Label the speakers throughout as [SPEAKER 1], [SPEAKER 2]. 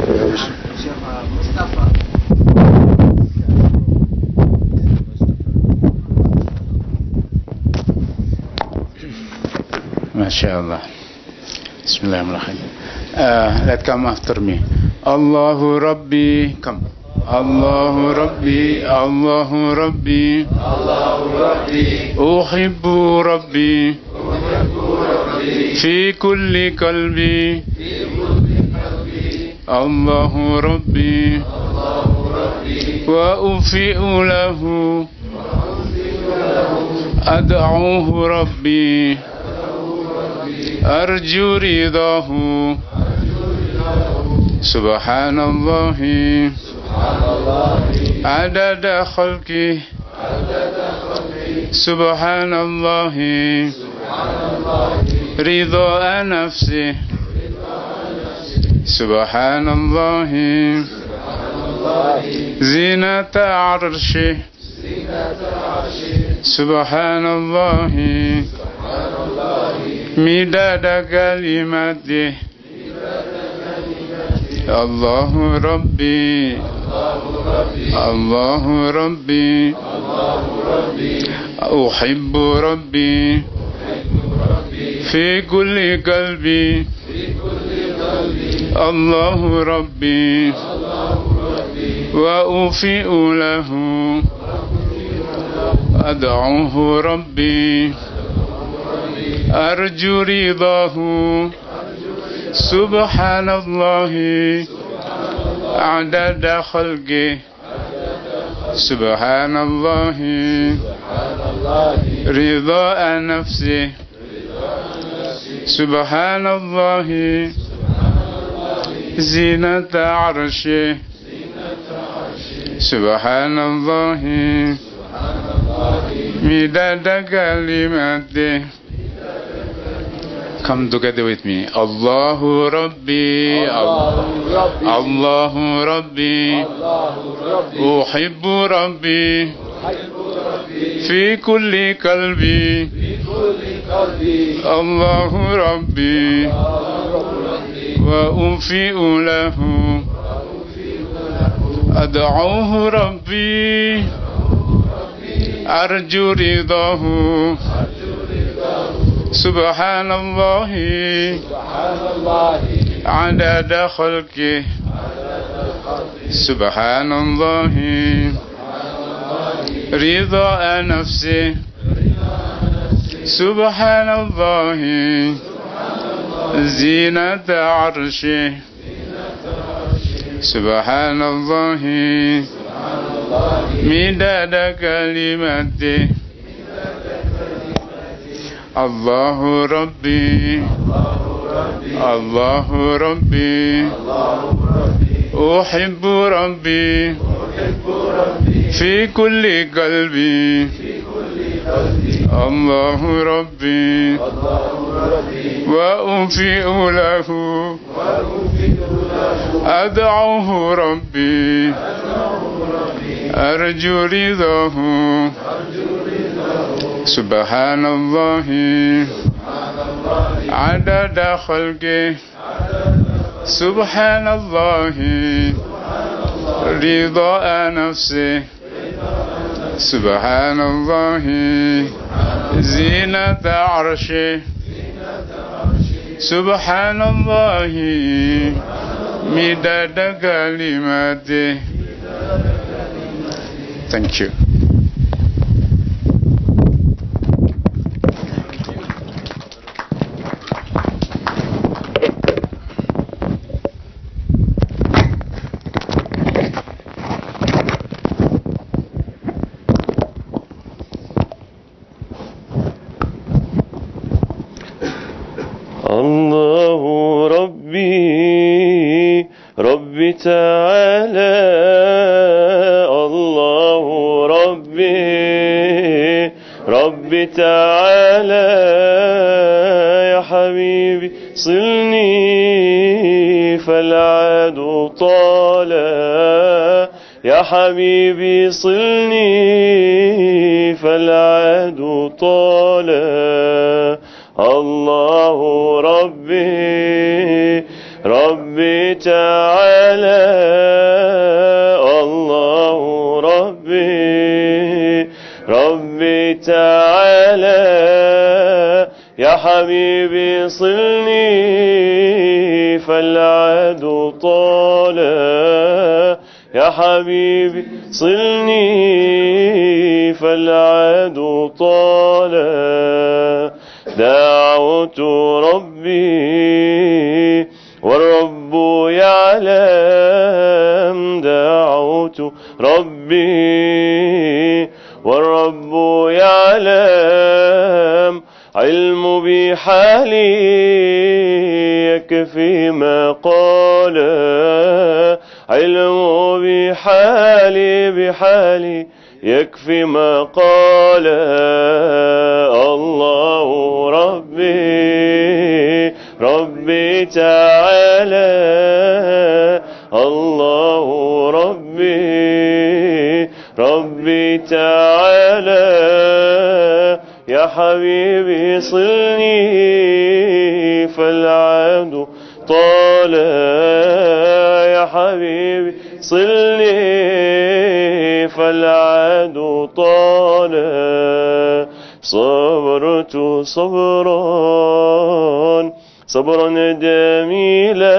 [SPEAKER 1] مش
[SPEAKER 2] شيخ مصطفى
[SPEAKER 1] MashaAllah. Bismillahirrahmanirrahim. Uh, let come after me. Allahu Rabbi. Come. Allahu Rabbi. Allahu Rabbi. أحب ربي في كل قلبي الله ربي وأوفئ له أدعوه ربي أرجو رضاه سبحان الله عدد خلقه سبحان الله رضا نفسه سبحان الله زينة عرشه سبحان الله مداد كلماته الله ربي الله ربي أحب ربي في كل قلبي الله ربي وأوفئ له أدعوه ربي أرجو رضاه سبحان الله عدد خلقه سبحان الله رضاء نفسه سبحان الله زينة عرشه سبحان الله مداد كلماته Come together with me. Allahu Rabbi, Allahu Rabbi, أحب ربي في كل قلبي الله ربي وأوفئ له أدعوه ربي أرجو رضاه سبحان الله عدد خلقه سبحان الله رضا نفسه سبحان الله زينة عرشه سبحان الله مداد كلماته الله ربي الله ربي أحب ربي في كل قلبي الله ربي وأوفئ له أدعوه ربي أرجو رضاه سبحان الله عدد خلقه سبحان الله رضا نفسه سبحان الله زينة عرشه سبحان الله مداد كلماته Thank you.
[SPEAKER 3] الله ربي ربي تعالى الله ربي ربي تعالى يا حبيبي صلني فالعدو طال يا حبيبي صلني فالعدو طال الله ربي ربي ربي تعالى الله ربي ربي تعالى يا حبيبي صلني فالعهد طال يا حبيبي صلني فالعهد طال دعوت ربي والرب يعلم دعوت ربي والرب يعلم علم بحالي يكفي ما قال علم بحالي بحالي يكفي ما قال الله ربي ربي تعالى الله ربي ربي تعالى يا حبيبي صلني فالعهد طال يا حبيبي صلني فالعهد طال صبرت صبرا صبرا جميلا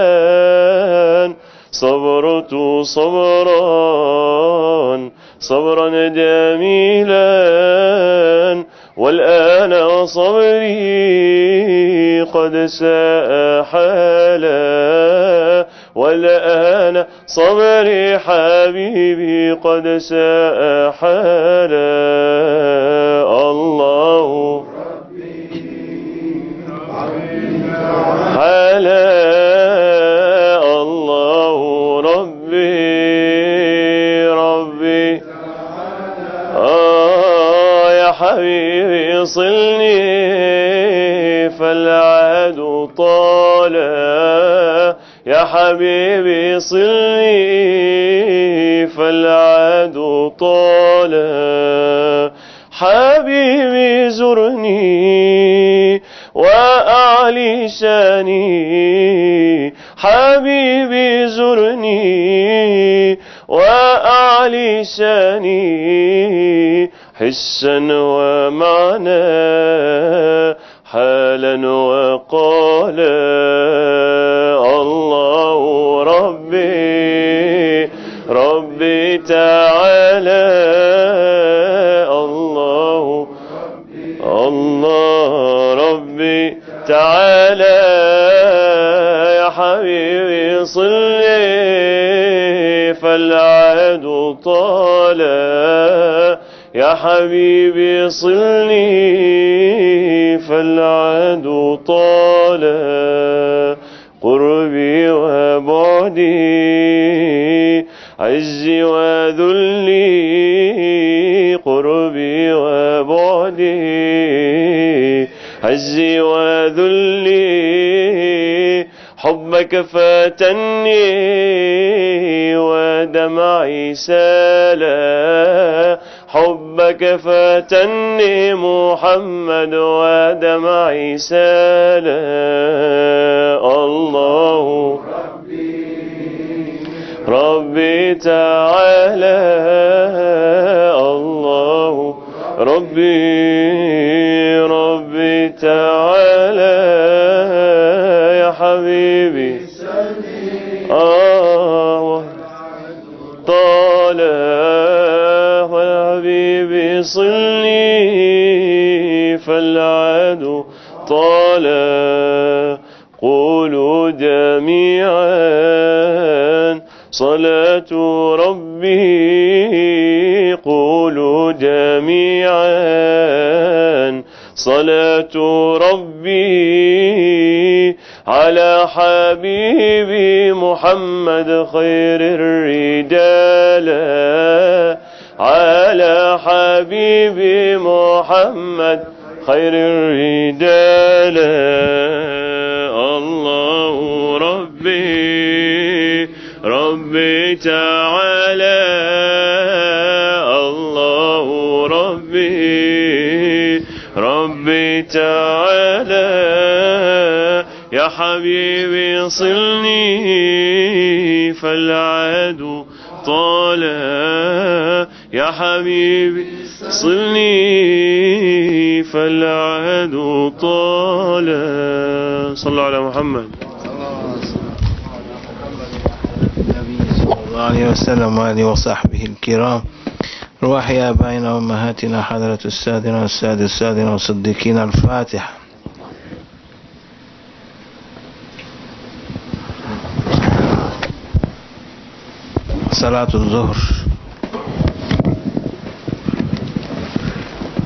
[SPEAKER 3] صبرت صبرا صبرا جميلا والآن صبري قد ساء حالا والآن صبري حبيبي قد ساء حالا الله على الله ربي ربي آه يا حبيبي صلني فالعهد طال يا حبيبي صلني فالعهد طال حبيبي زرني وأعلي شاني حبيبي زرني وأعلي شاني حسا ومعنى حالا وقالا الله ربي ربي تعالى الله الله ربي تعالى يا حبيبي صلي فالعهد طال يا حبيبي صلي فالعهد طال قربي وبعدي عزي وذلي قربي وبعدي عزي وذلي حبك فاتني ودمعي سالا حبك فاتني محمد ودمعي سالا الله ربي تعالى الله ربي ربي تعالى يا حبيبي آه طال يا حبيبي صلي فالعاد طال قولوا جميعا صلاة ربي قولوا جميعا صلاة ربي على حبيبي محمد خير الرجال على حبيبي محمد خير الرجال الله ربي ربي تعالى الله ربي ربي تعالى يا حبيبي صلني فالعدو طال يا حبيبي صلني فالعدو طال صلوا على محمد
[SPEAKER 4] صلى الله عليه وسلم وآله وصحبه الكرام رواح يا أبائنا وأمهاتنا حضرة السادنا والسادة السادنا والصديقين الفاتحة صلاة الظهر